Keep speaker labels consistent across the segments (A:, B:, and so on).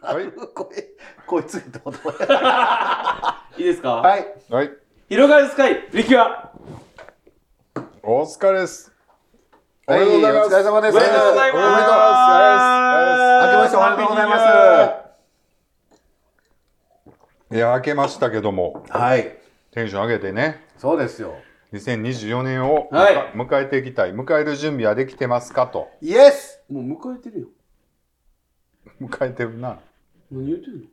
A: はい
B: これこいつってこと
C: いいですか、
B: はい
A: はい。
C: 広がるスカイプリキュア
A: お疲れです。
B: はい
A: おめでとうございます
B: お疲れ様です
C: おめでとうございます
B: おめでとう
A: あ
B: 明けましておめでとうございます
A: いや、明けましたけども、
B: はい
A: テンション上げてね、
B: そうですよ
A: 2024年を、
C: はい
A: 迎えていきたい。迎える準備はできてますかと。
B: イエス
C: もう迎えてるよ
A: 迎えてるな。
C: 何言ってるの
B: い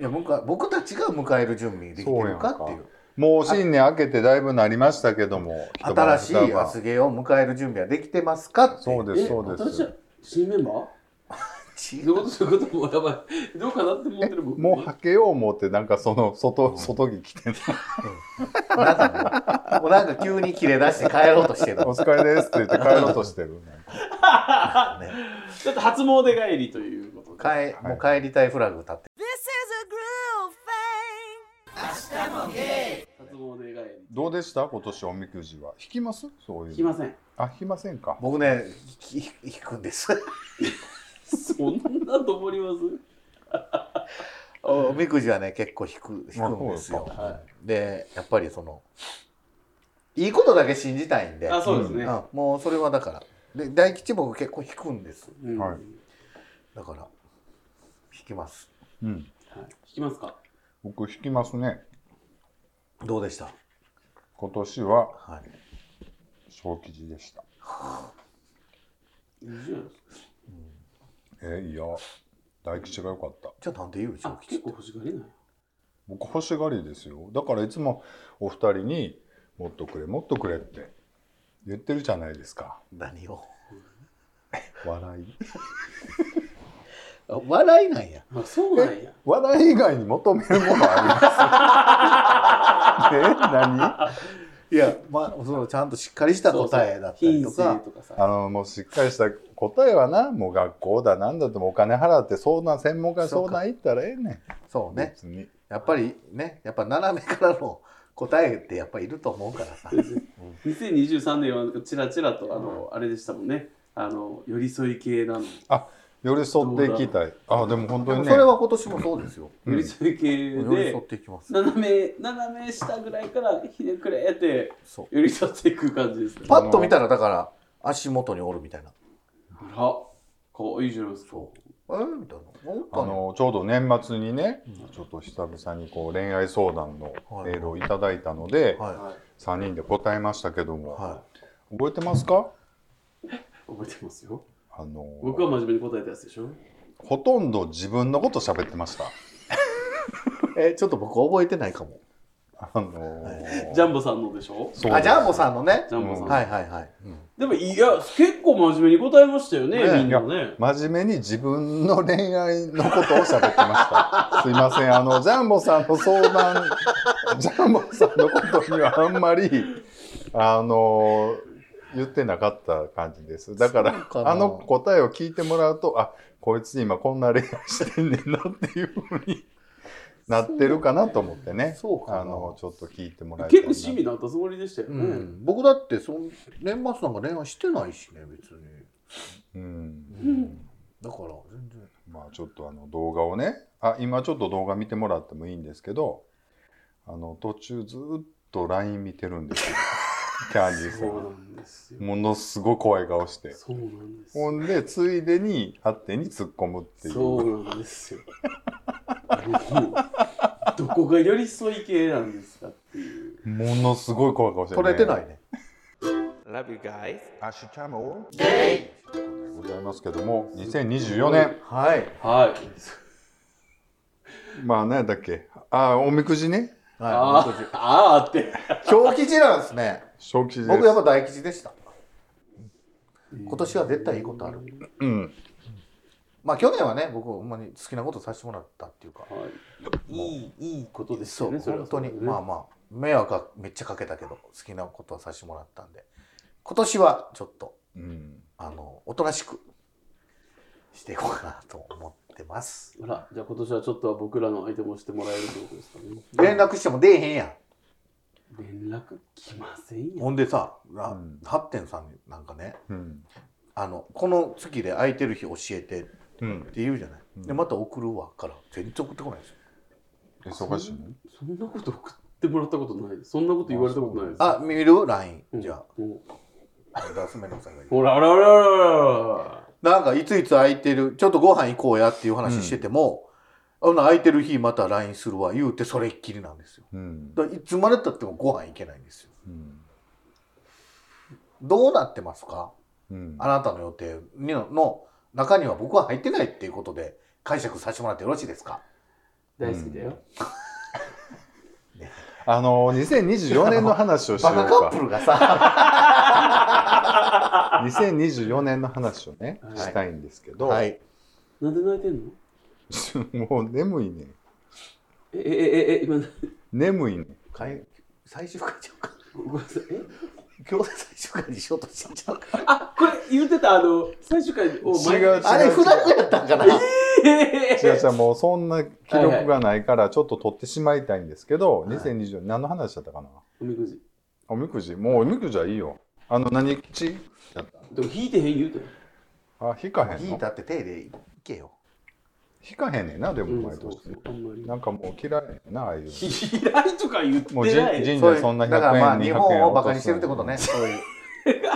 B: や僕は僕たちが迎える準備できてるかっていう
A: もう新年明けてだいぶなりましたけども、
B: 新しい
A: 人
B: 忘れを迎える準備はできてますかってい
A: そうです、そうで
C: 私は
A: す。
C: 新メンバー
B: 違
C: どういうこ
B: う
C: とそういうことも うやばいどうかなって思ってる僕
A: もうはけよう思って、なんかその外、外着着て、
B: なんかねもうなんか急に切れ出して帰ろうとしてる
A: お疲れですって言って帰ろうとしてる。
B: ね
C: ちょっと初詣帰りということで
B: 帰もう帰りたいフラグ立って
D: This is a groove thing.
C: 初詣帰
A: どうでした今年おみくじは。引きますそういう
C: り
A: の。
C: 来ません
A: あ、引きませんか。
B: 僕ねひひ引くんです
C: そんなと思います
B: おみくじはね結構引く引くんですよ
A: あそうですか
C: は
B: でやっぱりそのいいことだけ信じたいんで
C: あそうですね、
B: うんもうそれはだからで大吉僕結構引くんです
C: うん
A: はい
C: はい、
B: だから引きます
A: うん。
C: 聞きますか
A: 僕引きますね。
B: どうでした
A: 今年は
B: はい
A: 小吉でした。
C: いいじゃないですか
A: えーいや、大吉が良かった。
B: じゃあなんで言う小
C: あ
B: 吉
C: 結構欲しがりない
A: 僕欲しがりですよ。だからいつもお二人にもっとくれ、もっとくれって言ってるじゃないですか。
B: 何を
A: 笑い。
B: あ笑いなんや
C: あそうなんや
A: 笑い以外に求めるものあり ます。え、何？
B: いやまあそのちゃんとしっかりした答えだったりと
C: そうそう品
B: か
C: 性とかさ
A: あのもうしっかりした答えはな、もう学校だなんだってもうお金払って相談専門家に相談行ったらええね
B: そ
A: ん。
B: うね
A: 別に。
B: やっぱりねやっぱ斜めからの答えってやっぱいると思うからさ
C: 2023年はちらちらとあのあれでしたもんねあの寄り添い系なの、
A: 寄り添っていきたい。あ、でも本当
B: で
A: に
B: も
A: ね。
B: それは今年もそうですよ
A: うん
C: 寄り添い系
B: 寄り
C: で
B: 添っていきます
C: 斜め斜め下ぐらいからひねくれって
B: そう
C: 寄り添っていく感じですね
B: パッと見たらだから足元におるみたいな
C: あらかわいいじゃないですか
B: えーみたいな思っ
A: あ
B: たの
A: のちょうど年末にね、
B: うん
A: ちょっと久々にこう恋愛相談の
B: はい
A: メールをいただいたので、
B: は
C: はい
A: 三人で答えましたけども、
B: は
A: 覚えてますか
C: 覚えてますよ
A: あの
C: 僕は真面目に答えたやつでしょ
A: ほとんど自分のこと喋ってました。
B: いえーちょっと僕覚えてないかも
A: あの
C: ジャンボさんのでしょ
A: そうです
B: あジャンボさんのね
C: ジャンボさん、
A: うん
B: はいはいはい、
C: でもいや結構真面目に答えましたよね
B: ね
C: みんなね
A: 真面目に自分の恋愛のことを喋ってました。すいません、あのジャンボさんの相談、 ジャンボさんのことにはあんまりあの言ってなかった感じです。だから
B: そうかな
A: あの答えを聞いてもらうと、あこいつ今こんな恋愛してんねんなっていうふうになってるかなと思ってね。
B: そうかな
A: あのちょっと聞いてもらえたら
C: 結
A: な
C: 構趣味だったつもりでしたよね、
B: うん僕だってその年末なんか恋愛してないしね別に
A: うん。
B: だから全然
A: まあちょっとあの動画をねあ今ちょっと動画見てもらってもいいんですけどあの途中ずっと LINE 見てるん ですよキャンディーさ
C: そうなんんですよ
A: ものすごい怖い顔して
C: そうなんです
A: ほ
C: よ
A: んでついでに発展に突っ込むっていう
C: そうなんですよ あのどこが寄り添い系なんですかっていう
A: ものすごい怖い顔して
B: 取れてないね
C: Love you guys
A: アシュチャムございますけども2024年
B: はい
C: はい
A: まあ何だっけあおみくじね
C: あ
B: は
C: ーあーって
B: い表記字なんですね
A: 小吉です
B: 僕やっぱ大吉でした今年は絶対いいことある
A: うん
B: まあ去年はね僕ほんまに好きなことさせてもらったっていうか
C: はい、いいいいことです
B: そ
C: よ
B: う
C: ねれは
B: 本当に
C: それはね
B: まあまあ迷惑はめっちゃかけたけど好きなことはさせてもらったんで今年はちょっと
A: うん
B: あのおとなしくしていこうかなと思ってます
C: あらじゃあ今年はちょっとは僕らの相手もしてもらえるということですかね
B: 連絡しても出えへんやん
C: 連絡来ませんよ
B: ほんでさ、ら
A: うん
B: ハッテンさんになんかね
A: うん
B: あのこの月で空いてる日教えて
A: うん
B: っ。て言うじゃない、
A: うん
B: でまた送るわから全然送ってこないんですよ
A: 忙しいね。
C: そんなこと送ってもらったことない。そんなこと言われたことないです。
B: あ見る LINE
C: うん、
B: じゃ
C: うん
B: あ出すめのさんが言う
C: ほら、あらあらあらあ。
B: なんかいついつ空いてるちょっとご飯行こうやっていう話してても、あの空いてる日また LINE するわ言うてそれっきりなんですよ
A: うん。
B: だからいつまでたってもご飯行けないんですよ
A: うん。
B: どうなってますか
A: うん。
B: あなたの予定にのの中には僕は入ってないっていうことで解釈させてもらってよろしいですから
C: 大好きだよ。
A: あの、2024年の話をしよ
B: バ
A: う
B: カカッ
A: か
B: プ。ルがさ
A: 2024年の話をね、
C: はい
A: したいんですけど、
B: はい
C: なんで泣いてんの
A: もう眠いね。
C: え、え、え、え、今、
A: 眠いね。
B: かい最終回ちゃうか
C: ごめんなさい。え
B: 今日で最終回にしようとしてんちゃうか
C: あ、これ言ってた、あの、最終回を
A: 違う 違う
B: あれフラグやったんかな
C: え
A: 違う違う、もうそんな記録がないから、ちょっと取ってしまいたいんですけど、2024年、何の話だったかな
C: おみくじ。
A: おみくじもうおみくじはいいよ。あの、何吉
C: でも引いてへん言うて
A: あ、引かへん
B: 引い
A: の
B: たって手でいけよ
A: 引かへんねんな、で
C: た。
A: も毎
C: そう
A: 年
C: そ。うあんまり。
A: なんかもう嫌いやな、ああいう。
C: 嫌いとか言って
A: もうじ
C: ない。
A: 神
B: そうい
A: 社
B: う
A: そんな100円
B: だからまあ日
A: 200円
B: 本をバカにしてるってことね。そういう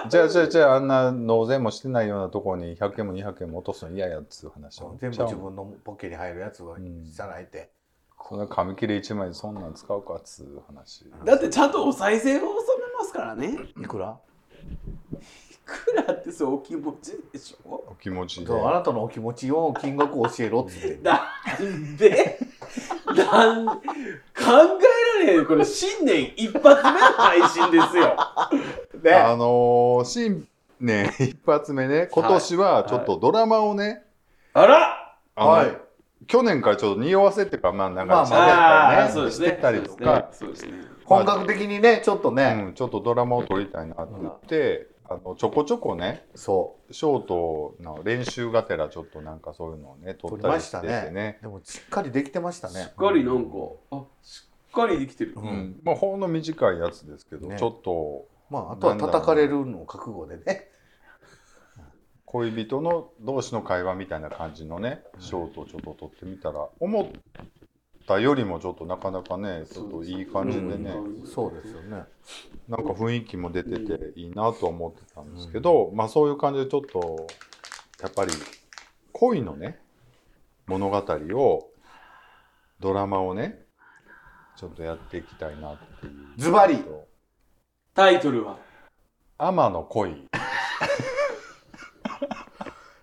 A: じゃあじゃあじゃああんな納税もしてないようなとこに100円も200円も落とすの嫌やっつう話を
B: 全部自分のポッケに入るやつは
A: うん
B: じゃないって、
A: そんな紙切れ1枚でそんなん使うかっつう話
C: だってちゃんとお賽銭を納めますからね。
B: いくら
C: いくらってそうお気持ちでしょ
A: お気持ちで
B: そうあなたのお気持ちを金額を教えろっつって
C: なんでなん考えられへんこれ新年一発目の配信ですよ。
A: あのー新年一発目ね今年はちょっとドラマをね、
C: あら
A: あの
B: はい
A: 去年からちょっと匂わせっていうかまあなん
B: ま
A: か
B: あ
A: ち
B: まあ
A: ゃ
B: ー
A: っ
C: そ
A: とね
C: うです
A: して
C: ね。
A: たりとか、
C: そうですね。
B: 本格的にねちょっとね、
A: うん、ちょっとドラマを撮りたいなって言って、あのちょこちょこね
B: そ
A: ショートの練習がてらちょっとなんかそういうのをね撮
B: う取
A: っ
B: り
A: た
B: ま
A: りし
B: してた
A: て
B: ね
A: ね
B: でもしっかりできてました
C: し
B: ね
C: っかりなんか、あしっかりできてる。
A: うんまあ、ほんの短いやつですけど、
B: ね
A: ちょっと
B: まああとは叩かれるのを覚悟でね
A: 恋人の同士の会話みたいな感じのね、ショートをちょっと撮ってみたら思ったよりもちょっとなかなかねちょっといい感じでね、
C: うん
B: そうですよね
A: なんか雰囲気も出てていいなと思ってたんですけど、まあそういう感じでちょっとやっぱり恋のね物語をドラマをねちょっとやっていきたいなっていう
B: ズバリ
C: タイトルは
A: 天の恋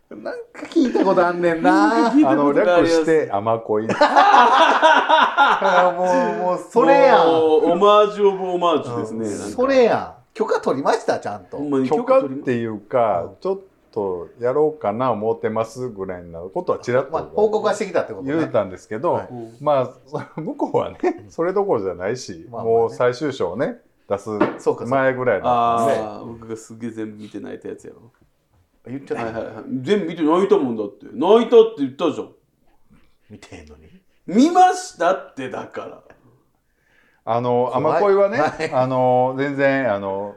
B: なんか聞いたことあんねん な
A: あの
C: 聞いたことあ
A: 略
C: ります
A: して天恋
B: あーもうもうそれやん
C: もうオマージュオブオマージュですね。なんか
B: それやん許可取りましたちゃんと、
C: ほんまに
A: 許可っ
C: 取りま
A: ていうか、ちょっとやろうかな思ってますぐらいなことはちらっ
B: まあ、報
A: と
B: 告はしてきたってことね
A: 言うたんですけど、
B: はい
C: うん
A: まあ そ向こうはねそれどころじゃないし、
B: まあまあね
A: もう最終章をね出す
B: そうかそうか
A: 前ぐらいだったんで
C: ああ、僕がすげえ全部見て泣いたやつやろ。
B: 言っちゃ
C: はい
B: っ
C: はい
B: た
C: はい。全部見て泣いたもんだって。泣いたって言ったじゃん。
B: 見てんのに
C: 見ましたってだから。
A: あの
B: 怖い
A: 天恋はね、
B: はい
A: あの全然あの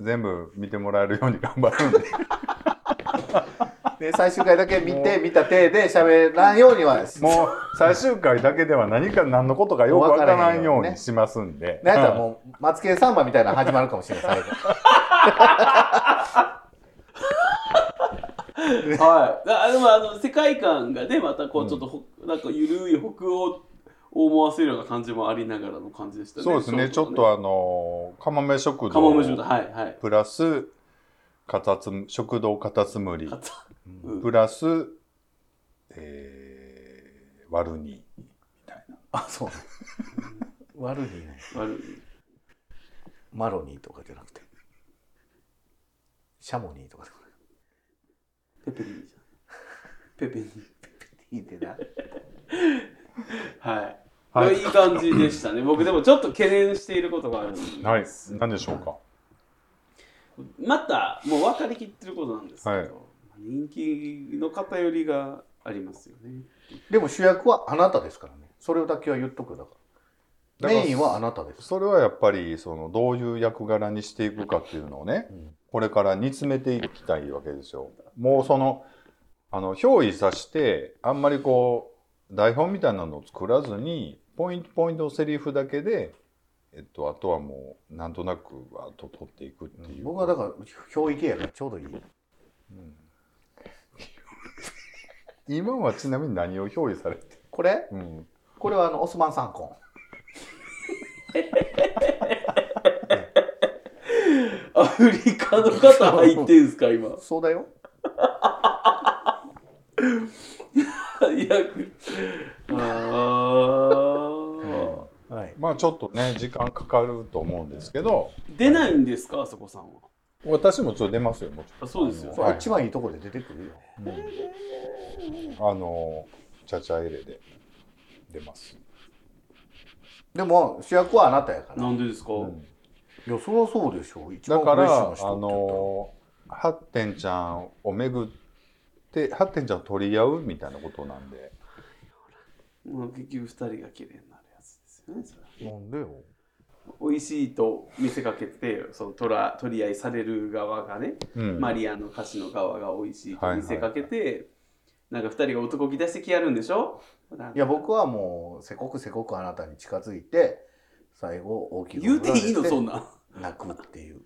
A: 全部見てもらえるように頑張るん で
B: で最終回だけ見て見た手で喋らんようには
A: もう最終回だけでは何か何のことかよくわからないようにしますんで。
B: なんやったらもう「マツケンサンバ」みたいなの始まるかもしれない最後
C: はい。だでもあの世界観がね、またこうちょっとほ、なんか緩い北欧を思わせるような感じもありながらの感じでしたね。
A: そうですね、ちょっとあの釜め食堂
C: カモメシュート、はいはい。
A: プラスカタツム食堂カタツムリ
C: あとうん
A: プラス、えー、ワルニ
B: あそうワルニーね
C: 悪い
B: マロニーとかじゃなくてシャモニーとか
C: ペペリーじゃん。ペペリー。
B: いいてな
C: はい。
A: はい
C: い、い感じでしたね。僕でもちょっと懸念していることがあるんです。
A: ー。はい、何でしょうか。
C: またもう分かりきってることなんですけど、
A: はい
C: 人気の偏りがありますよね。
B: でも主役はあなたですからねそれだけは言っとくよだか
A: だ
B: ら
A: から
B: メインはあなたです
A: それはやっぱりそのどういう役柄にしていくかっていうのをね、
B: うん
A: これから煮詰めていきたいわけですよ。もうそのあの憑依さしてあんまりこう台本みたいなのを作らずにポイントポイントのセリフだけで、えっと、あとはもうなんとなくわーっと取っていくっていう、
B: 僕はだから憑依系やからちょうどいい
A: 今はちなみに何を憑依されて、
B: これ
A: うん、
B: これはあのオスマン三婚
C: アフリカの方入ってんすか今
B: そうだよ
C: いやあ
B: はい
A: まあちょっとね時間かかると思うんですけど
C: ー出ないんですかあそこさんは
A: 私もちょっと出ますよもち
C: あそうですよ
B: そ
A: は
B: れ
A: い
B: 一番いいとこで出てくるよ
A: ろんあのチャチャエレで出ます、
B: でも主役はあなたやから
C: なんでですか、
A: うん
B: いやそりゃそうでしょ一
A: だ
B: 番
A: か
B: フレッ
A: ら、
B: シュ
A: あ
B: な人って言ったら
A: の、ハッテンちゃんを巡って、ハッテンちゃんを取り合うみたいなことなんで、
C: まあ、結局二人が綺麗になるやつですよねそれは
B: なんでよ
C: 美味しいと見せかけてその取ら取り合いされる側がね、
A: うん
C: マリアの歌詞の側が美味しいと見せかけて、なんか二人が男気出してきやるんでしょ
B: いや僕はもうせこくせこくあなたに近づいて最後大きく
C: 言うていいのそん
B: な
C: なん
B: 泣くっていう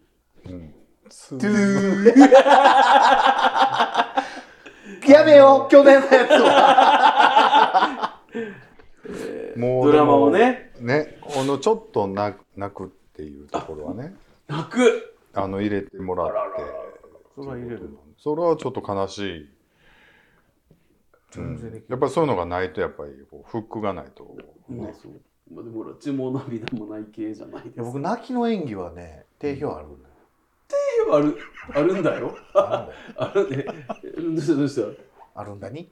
A: うん
B: トゥ ーやめよ去年のやつは
A: もう
C: ドラマを。ね
A: ね、このちょっと泣く泣くっていうところはね、
C: 泣く
A: あの入れてもらって、
B: それは入れる
A: それはちょっと悲しい。
B: 全然でき
A: やっぱりそういうのがないと、やっぱりこうフックがないと、
C: まあそうまあでもほら血も涙もない系じゃないです
B: いや
C: か
B: 僕泣きの演技はね定評あるんだよ
C: あるあるんだよ
B: あるんだよ
C: あるねどうしたどうし
B: あるんだに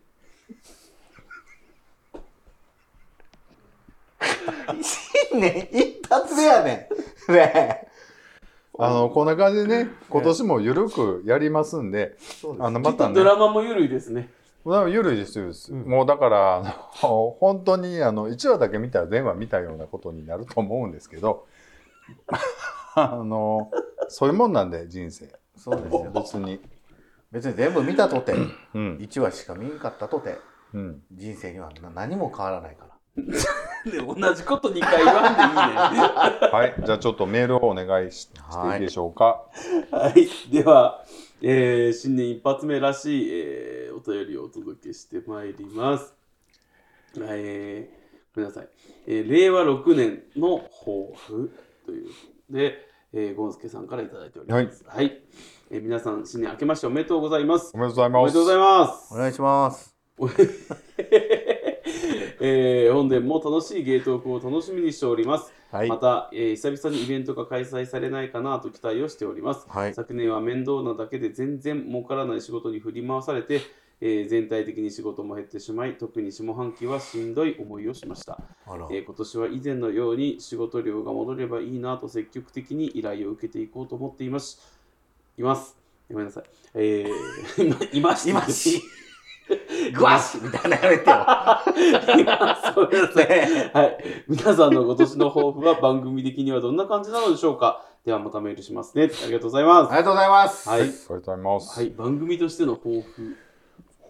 B: 新年一発目やねんね
A: あの、こんな感じでね、今年も緩くやりますんで、
B: そう
A: あの、
C: た
A: ま
C: ちょ
A: た
C: っと
A: ね
C: ド。ラマも緩いですね
A: まあ、ゆるいですよ、
B: ん
A: もうだからあの 本当にあの1話だけ見たら全話見たようなことになると思うんですけど あのそういうもんなんで人生
B: そうですよ
A: 別に
B: 別に全部見たとて
A: うん
B: 1話しか見んかったとて
A: うん
B: 人生にはな何も変わらないから
C: で同じこと2回言わんでいいね
A: はいじゃあちょっとメールをお願いししていいでしょうか
C: はい、では、えー新年一発目らしい、えーお便りをお届けしてまいります。えーごめんなさい、えー令和6年の抱負ということで、えー、ゴンスケさんからいただいております。はい、えー皆さん、新年明けましておめでとうございます
A: お。めでとうござい
C: おめ
A: ま
C: ですとうございます
B: お。願いします
C: えー本年も楽しいゲートークを楽しみにしております。
B: はい
C: また、えー久々にイベントが開催されないかなと期待をしております。
B: はい
C: 昨年は面倒なだけで全然儲からない仕事に振り回されて、えー全体的に仕事も減ってしまい、特に下半期はしんどい思いをしました。
B: あら
C: えー今年は以前のように仕事量が戻ればいいなと積極的に依頼を受けていこうと思っています。います。ごめんなさい。えー、 今いました。
B: 今 しグワシみたいなやめてよ
C: そうですね。はい。皆さんの今年の抱負は番組的にはどんな感じなのでしょうかではまたメールしますね。ありがとうございます。
B: ありがとうございます
C: はい。
A: おめでとうございます、
C: はい。番組としての抱負。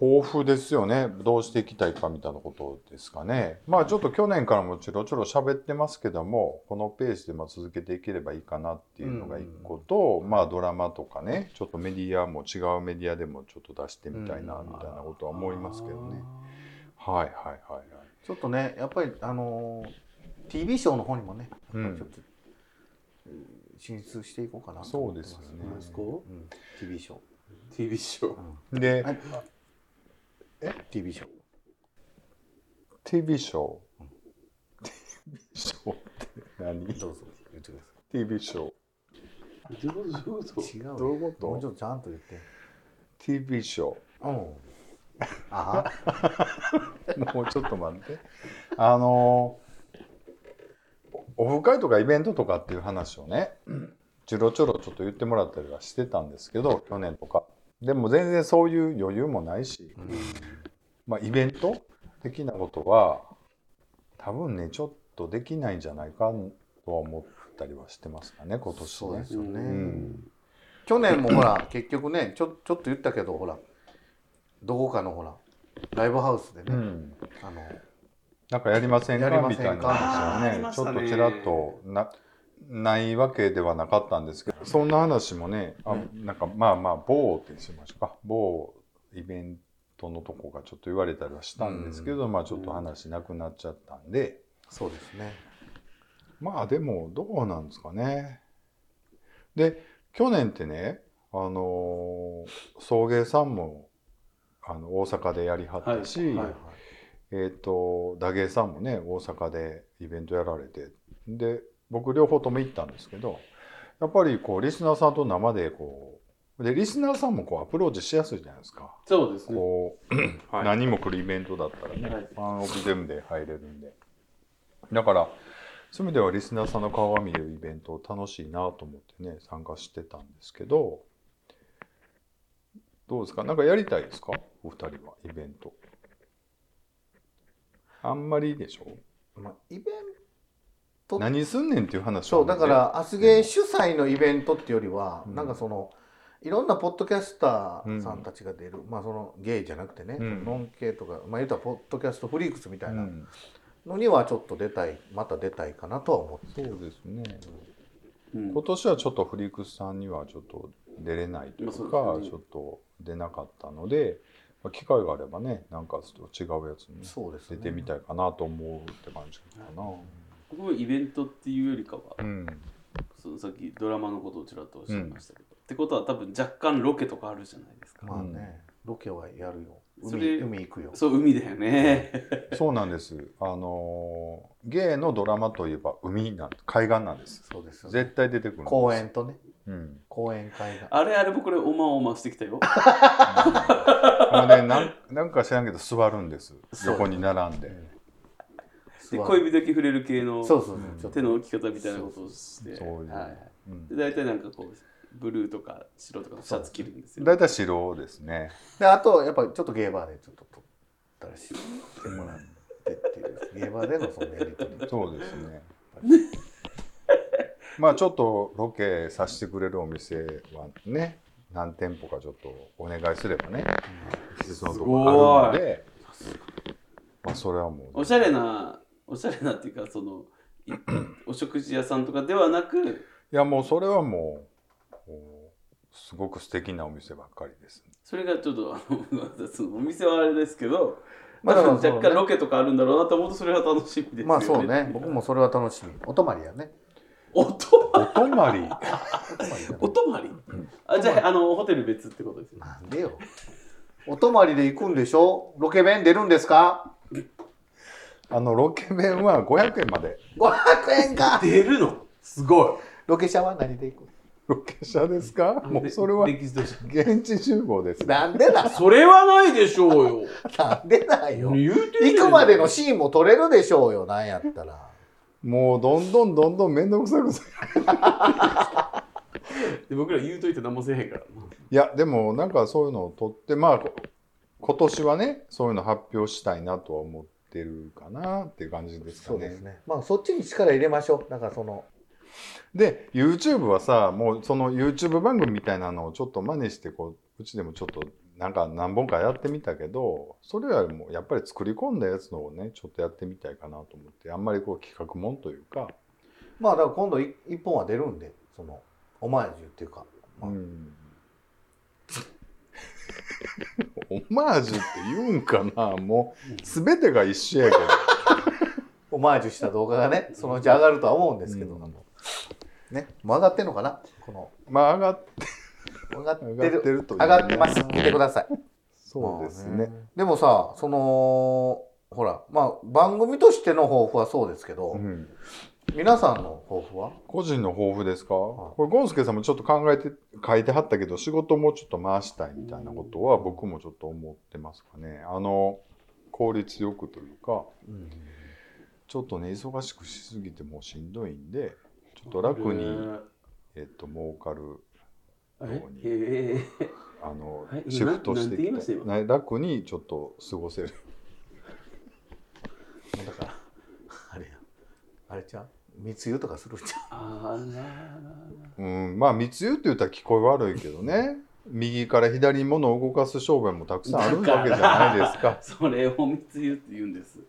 A: 豊富ですよねどうしていきたいかみたいなことですかねまあちょっと去年からもちょろちょろ喋ってますけどもこのペースでまあ続けていければいいかなっていうのが一個と、まあドラマとかねちょっとメディアも違うメディアでもちょっと出してみたいな
B: うん
A: みたいなことは思いますけどね、はいはいはいはい
B: ちょっとねやっぱりあのー TV ショーの方にもね
A: う
B: ちょ
A: ん
B: っと、うん進出していこうかなと
A: そう
B: 思っ
A: で
B: て
A: す
B: ま
A: よ
B: す
A: ね
C: 何ですか
B: うん、TV ショー
C: ?TV ショー。
A: で
B: はい TV ショー
A: TV ショー TV ショーって何
B: どうぞ言ってくださ
A: TV ショー
C: どうぞどうぞ
B: い違うよ
A: どういうこと
B: もうちょっとちゃんと言って
A: TV ショー
B: うんああ
A: もうちょっと待って。あのオフ会とかイベントとかっていう話をね、ちょろちょろちょっと言ってもらったりはしてたんですけど、去年とか。でも全然そういう余裕もないし、まあイベント的なことは、多分ね、ちょっとできないんじゃないかとは思ったりはしてますかね、今年
B: そう
A: ね
B: で。すよね、
C: うん
B: 去年もほら結局ねちょちょっと言ったけどほらどこかのほらライブハウスでね、
A: うん、
B: あの
A: なんかやりませんか
B: やりま
A: み
B: せ
A: たい
B: んか
A: な
C: あーあり
A: 話を
C: ま
A: ね
C: し
A: ちょ
C: た
A: っ
C: ね
A: とちらっとなないわけではなかったんですけどそんな話もねあなんかまあまあ某ってしましょうか某イベントのとこがちょっと言われたりはしたんですけど、まあちょっと話なくなっちゃったんで、
B: そうですね
A: まあでもどうなんですかね。で去年ってねあのー送迎さんもあの大阪でやりはったし、
C: はいはい
A: えっ、と打芸さんもね大阪でイベントやられてで僕両方とも行ったんですけどやっぱりこうリスナーさんと生でこうでリスナーさんもこうアプローチしやすいじゃないですか。
C: そうですね。
A: こう
C: はい
A: 何も来るイベントだったらね、
C: はい
A: ファンオブゼムで入れるんでだからそういう意味ではリスナーさんの顔が見えるイベント楽しいなと思ってね参加してたんですけどどうですかなんかやりたいですかお二人はイベントあんまりでしょ
B: まあ、イベント
A: 何すんねんっていう話
B: そう
A: は
B: だ
A: ね
B: からアスゲー主催のイベントっていうよりは、
A: うん
B: なんかそのいろんなポッドキャスターさんたちが出る、まあそのゲイじゃなくてね、
A: うん
B: ノン系とかまあ言うたらポッドキャストフリークスみた
A: う
B: いなんのにはちょっと出たいまた出たいかなとは思って
A: そうですね
C: うん
A: 今年はちょっとフリークスさんにはちょっと出れないというか、
C: まあそうですね
A: ちょっと出なかったので、まあ、機会があればねなんかちょっと違うやつにね
B: そうです
A: 出
B: ね
A: てみたいかなと思うって感じかな、
C: 僕もイベントっていうよりかは、
A: うん、
C: そのさっきドラマのことをちらっとおっしゃいましたけど、ってことは多分若干ロケとかあるじゃないですか。
B: まあね、ロケはやるよ
C: それ
B: 海海行くよ
C: そう海だよね。
A: そうなんですあのー芸のドラマといえば海なん海岸なんです
B: そうですよね
A: 絶対出てくるんです
B: 公、園とね
A: うん、
B: 公園会が
C: あれあれ僕これおまおましてきたよ。
A: あのね なんなんか知らんけど座るんです
B: そう
A: 横に並んで
C: で
B: 座る
C: 恋人だけ触れる系の
B: そうそうそう、
C: 手の置き方みたいなことをして、
A: そういう
C: はい
A: うん
C: で大体なんかこうブルーとか白とかのシャツ着るんですよ。
A: 大体、白ですね
B: であとやっぱりちょっとゲーバーでちょっと撮ったらしいてもらってっていうゲーバーでのそのやり取り
A: そうですね。まあちょっとロケさせてくれるお店はね、何店舗かちょっとお願いすればね、そのとこあるので、まあそれはもう、
C: おしゃれなおしゃれなっていうかその いお食事屋さんとかではなく
A: いやもうそれはもうこうすごく素敵なお店ばっかりです。
C: それがちょっとあのごめんなさいそのお 店はあれですけど、
B: まあ
C: 多分
B: でもそうね
C: 若干ロケとかあるんだろうなと思うとそれは楽しみですよね。
B: まあそうね僕もそれは楽しみお泊まりやね
C: おと
A: お泊ま り、
B: お泊まりやね
C: お泊まり、あじゃああのホテル別ってことですよね。
B: なんでよお泊まりで行くんでしょロケ弁出るんですか
A: あのロケ弁は500円まで。
B: 500円か
C: 出るのすご
B: ロケ車は何で行く
A: ロケ車ですか？
C: い
A: もうそれは
C: 歴史として
A: 現地集合です。
B: なんでだ
C: それはないでしょうよ。
B: なんでだよ
C: 言うてんねん
B: 行くまでのシーンも撮れるでしょうよなんやったら
A: もうどんどんどんどん面倒くさくさ
C: で僕ら言うといて何もせえへんから。
A: いやでもなんかそういうのを取ってまあこ今年はねそういうの発表したいなとは思ってるかなっていう感じですかね。で
B: ねまあそっちに力入れましょうだからその
A: YouTube はさもうその YouTube 番組みたいなのをちょっと真似してこううちでもちょっとなんか何本かやってみたけどそれよりもやっぱり作り込んだやつのをねちょっとやってみたいかなと思ってあんまりこう企画もんというか、
B: まあだから今度い一本は出るんでそのオマージュっていうかまあ
A: うん、 オマージュって言うんかなもう全てが一緒やけど。
B: オマージュした動画がねそのうち上がるとは思うんですけど、
A: うん
B: ねもう上がってんのかなこの
A: まあ上がっ
B: 上がってる
A: 上がってるといい
B: 上
A: ね
B: がってます見てください
A: そうです
B: まあ
A: ね。
B: でもさそのほらまあ番組としての抱負はそうですけど、
A: うん、
B: 皆さんの抱負は
A: 個人の抱負ですか、
B: はい
A: これゴンスケさんもちょっと考えて書いてはったけど仕事もちょっと回したいみたいなことは僕もちょっと思ってますかねあの効率よくというかちょっとね忙しくしすぎてもうしんどいんでちょっと楽に、えっと、儲かる
C: え
A: ように
C: え
A: あの
C: はい今
A: シフトして
C: なんて言い
A: き
C: ました
A: て
C: 今
A: ね楽にちょっと過ごせる
B: だからあれやあれちゃう密輸とかするんちゃ
C: あら
A: うんまあ密輸って言ったら聞こえ悪いけどね右から左に物を動かす商売もたくさんあるわけじゃないですか。
C: それを密輸って言うん です。
A: い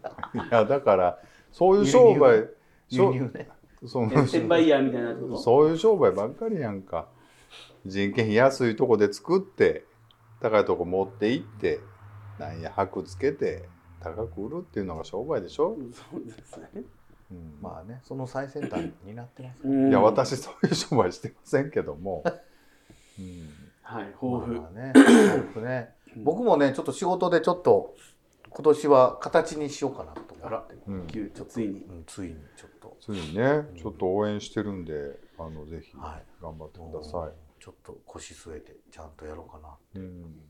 A: やだからそういう商売
B: 輸入ね。
A: そう
C: え転売ヤーみたいなこと。
A: そういう商売ばっかりやんか人件費安いとこで作って高いとこ持って行ってなんや箔つけて高く売るっていうのが商売でしょ、
C: そうですね。
A: うんま
B: まあね、その最先端になってます。
A: あ、いや
C: うん
A: 私そういう商売してませんけども、うん、
C: はい、豊
B: まあ
C: 富。
B: まあね、豊富ね。僕もね、ちょっと仕事でちょっと今年は形にしようかなと思って、
A: うん
C: 急ちょっとついに。
B: うん、ついにちょっと、
A: ついにねちょっと応援してるんであのぜひ
B: はい
A: 頑張ってくださ、
B: ちょっと腰据えてちゃんとやろうかない
A: うん、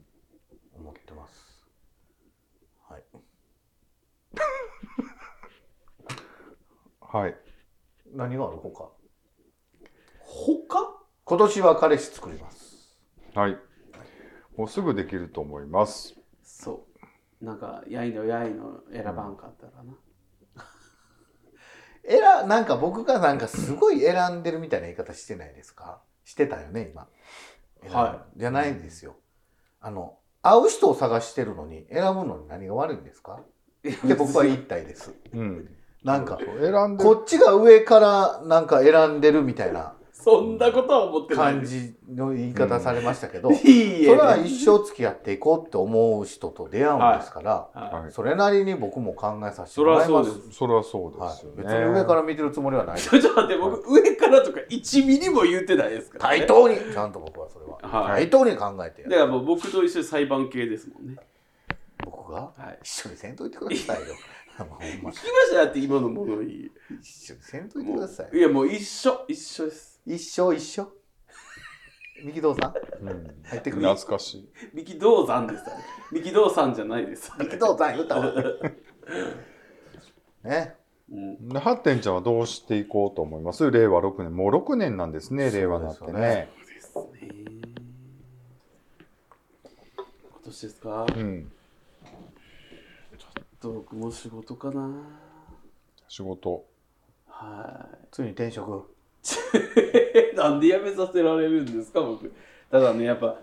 B: 思ってます。はい。
A: はい
B: 何がある他？
C: 他
B: 今年は彼氏作ります。
A: はいもうすぐできると思います
C: そう。なんか、やいのやいの選ばんかったらな。
B: えらなんか僕がなんかすごい選んでるみたいな言い方してないですか？してたよね今。。
C: はい
B: じゃないんですよ。あの会う人を探してるのに選ぶのに何が悪いんですか？って僕は言いたいです。
A: うん
B: なんか
A: そう選んで
B: こっちが上からなんか選んでるみたいな
C: そんなことは思ってない。
B: 感じの言い方されましたけど、そ
C: いいえ。
B: れは一生付き合っていこうって思う人と出会うんですから、
C: は
A: はい
B: それなりに僕も考えさせて
C: そ
B: も
C: れ
B: ら
C: はい
B: ま
C: そう
B: す。
C: です。
A: それはそうで
B: は
A: す
B: い
A: よ、ね、
B: 別に上から見てるつもりはないです。
C: ちょっと待って、僕、上からとか1ミリも言ってないですから、ね。
B: 対等に、ちゃんと僕はそれは。
C: はい
B: 対等に考えてや
C: だから
B: る。
C: もう僕と一緒に裁判系ですもんね。
B: 僕が
C: はい。
B: 一緒にせんといてくださいよ。 もうほん
C: 聞き
B: ま
C: ましただって今のものに。
B: 一緒にせんといて
C: も
B: くださいう
C: い。やもう一緒、一緒です。
B: 一生一生。右堂さん、
A: うん
B: 入ってくる。
A: 懐かしい
C: 三木道山です。あれ三木道山じゃないです。あれ
B: 右堂さん言った方がいい。ね。
C: うん、
A: でハッテンちゃんはどうしていこうと思います令和6年。もう6年なんですね、
B: そうです
A: 令
B: よね
A: 和になってね。
C: ですね。今年ですか
A: うん。
C: どう僕も仕事かな
A: 仕事。
C: は
B: ついに転職。
C: い。 なんで辞めさせられるんですか、僕。ただね、やっぱ、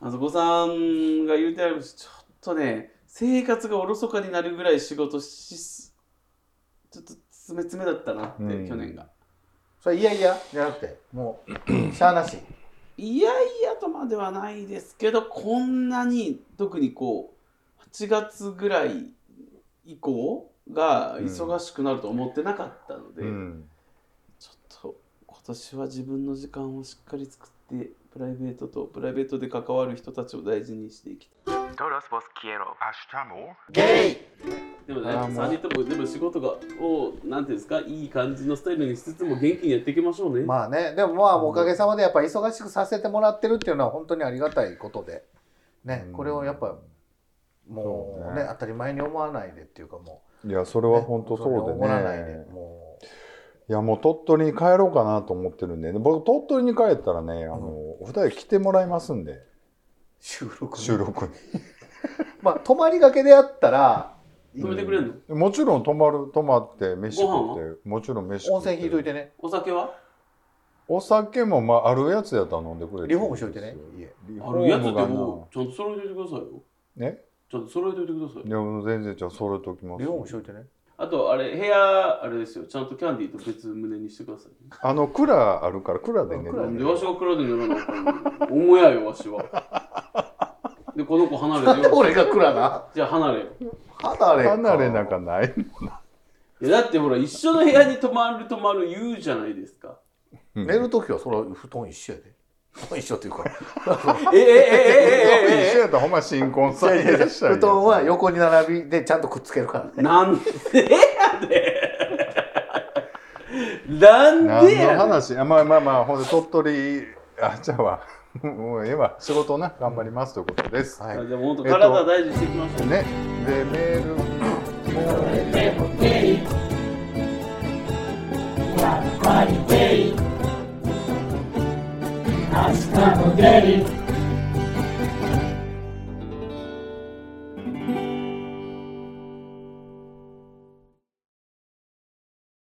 C: あそこさんが言うてあるし、ちょっとね、生活がおろそかになるぐらい仕事しす、ちょっと詰め詰めだったなって、
A: うん
C: 去年が。
B: それいやいやじゃなくて、もう、しゃあなし。
C: いやいやとまではないですけどこんなに特にこう8月ぐらい以降が忙しくなると思ってなかったので、
A: うん。
C: ちょっと今年は自分の時間をしっかり作ってプライベートとプライベートで関わる人たちを大事にしていきた
B: ゲイ
C: いでもね
A: あーもう
C: 3人ともでも仕事がをなんていうんですかいい感じのスタイルにしつつも元気にやっていきましょうね、
B: まあね、でもまあおかげさまでやっぱ忙しくさせてもらってるっていうのは本当にありがたいことで、ね
A: う、ん
B: これをやっぱも
A: そうう
B: ね
A: ね
B: 当たり前に思わないでっていうかも、
A: いや、そうれは本当そうで
B: 思わないで
A: ね。
B: も
A: いや、もう鳥取に帰ろうかなと思ってるんでね。僕、鳥取に帰ったらね、あの、
B: うん
A: お二人来てもらいますんで、
B: う収録
A: 収録に。
B: まあ泊まりがけでやったら
C: 止めてくれるの
A: もちろん泊まる、泊まって、飯
C: ご飯
A: 食って、もちろん飯食
B: 温
A: って。
B: 泉引いといてね
C: お酒は
A: お酒も、まあ、あるやつやったら飲んでくれる
B: リフォームしといてね家
A: リフ
C: あ
A: ォ
C: るや
A: ー
C: つで
A: ムがな
C: もちゃんと揃えておいてくださいよ
A: ね
C: ちゃんと揃えておいてくださいよ
A: いや、もう全然、じゃあ、それときます。
B: リフォームしといてね
C: あと、あれ、部屋、あれですよ。ちゃんとキャンディーと別胸にしてください、ね。
A: あの、蔵あるから、蔵でね、
B: 蔵で
C: なんでわしが黒で塗らなあかんの思やよ、わしは。で、この子離
B: なん
C: れ
B: で
C: てよ。
B: 俺が蔵な
C: じゃあ離れよ。
B: 離れ
A: 離れなんかない。
C: いや、だってほら、一緒の部屋に泊まる泊まる言うじゃないですか。
A: 寝
B: 寝る時はそれは布団一緒やで布団一緒っていう か
C: えええええ
A: 一
C: え
A: 緒
C: え
A: やったらほんま新婚さんいらっしゃいよ
B: 布団は横に並びでちゃんとくっつけるからね
C: えなんでやで。なんで
A: 何の
C: やで。
A: 話あまあまあまあほんで鳥取あちゃうわもうええわ仕事な頑張りますということです、
B: はい
C: じゃあもう本当体大事にしていきましょう。
A: ねでメール
E: 明日もゲイ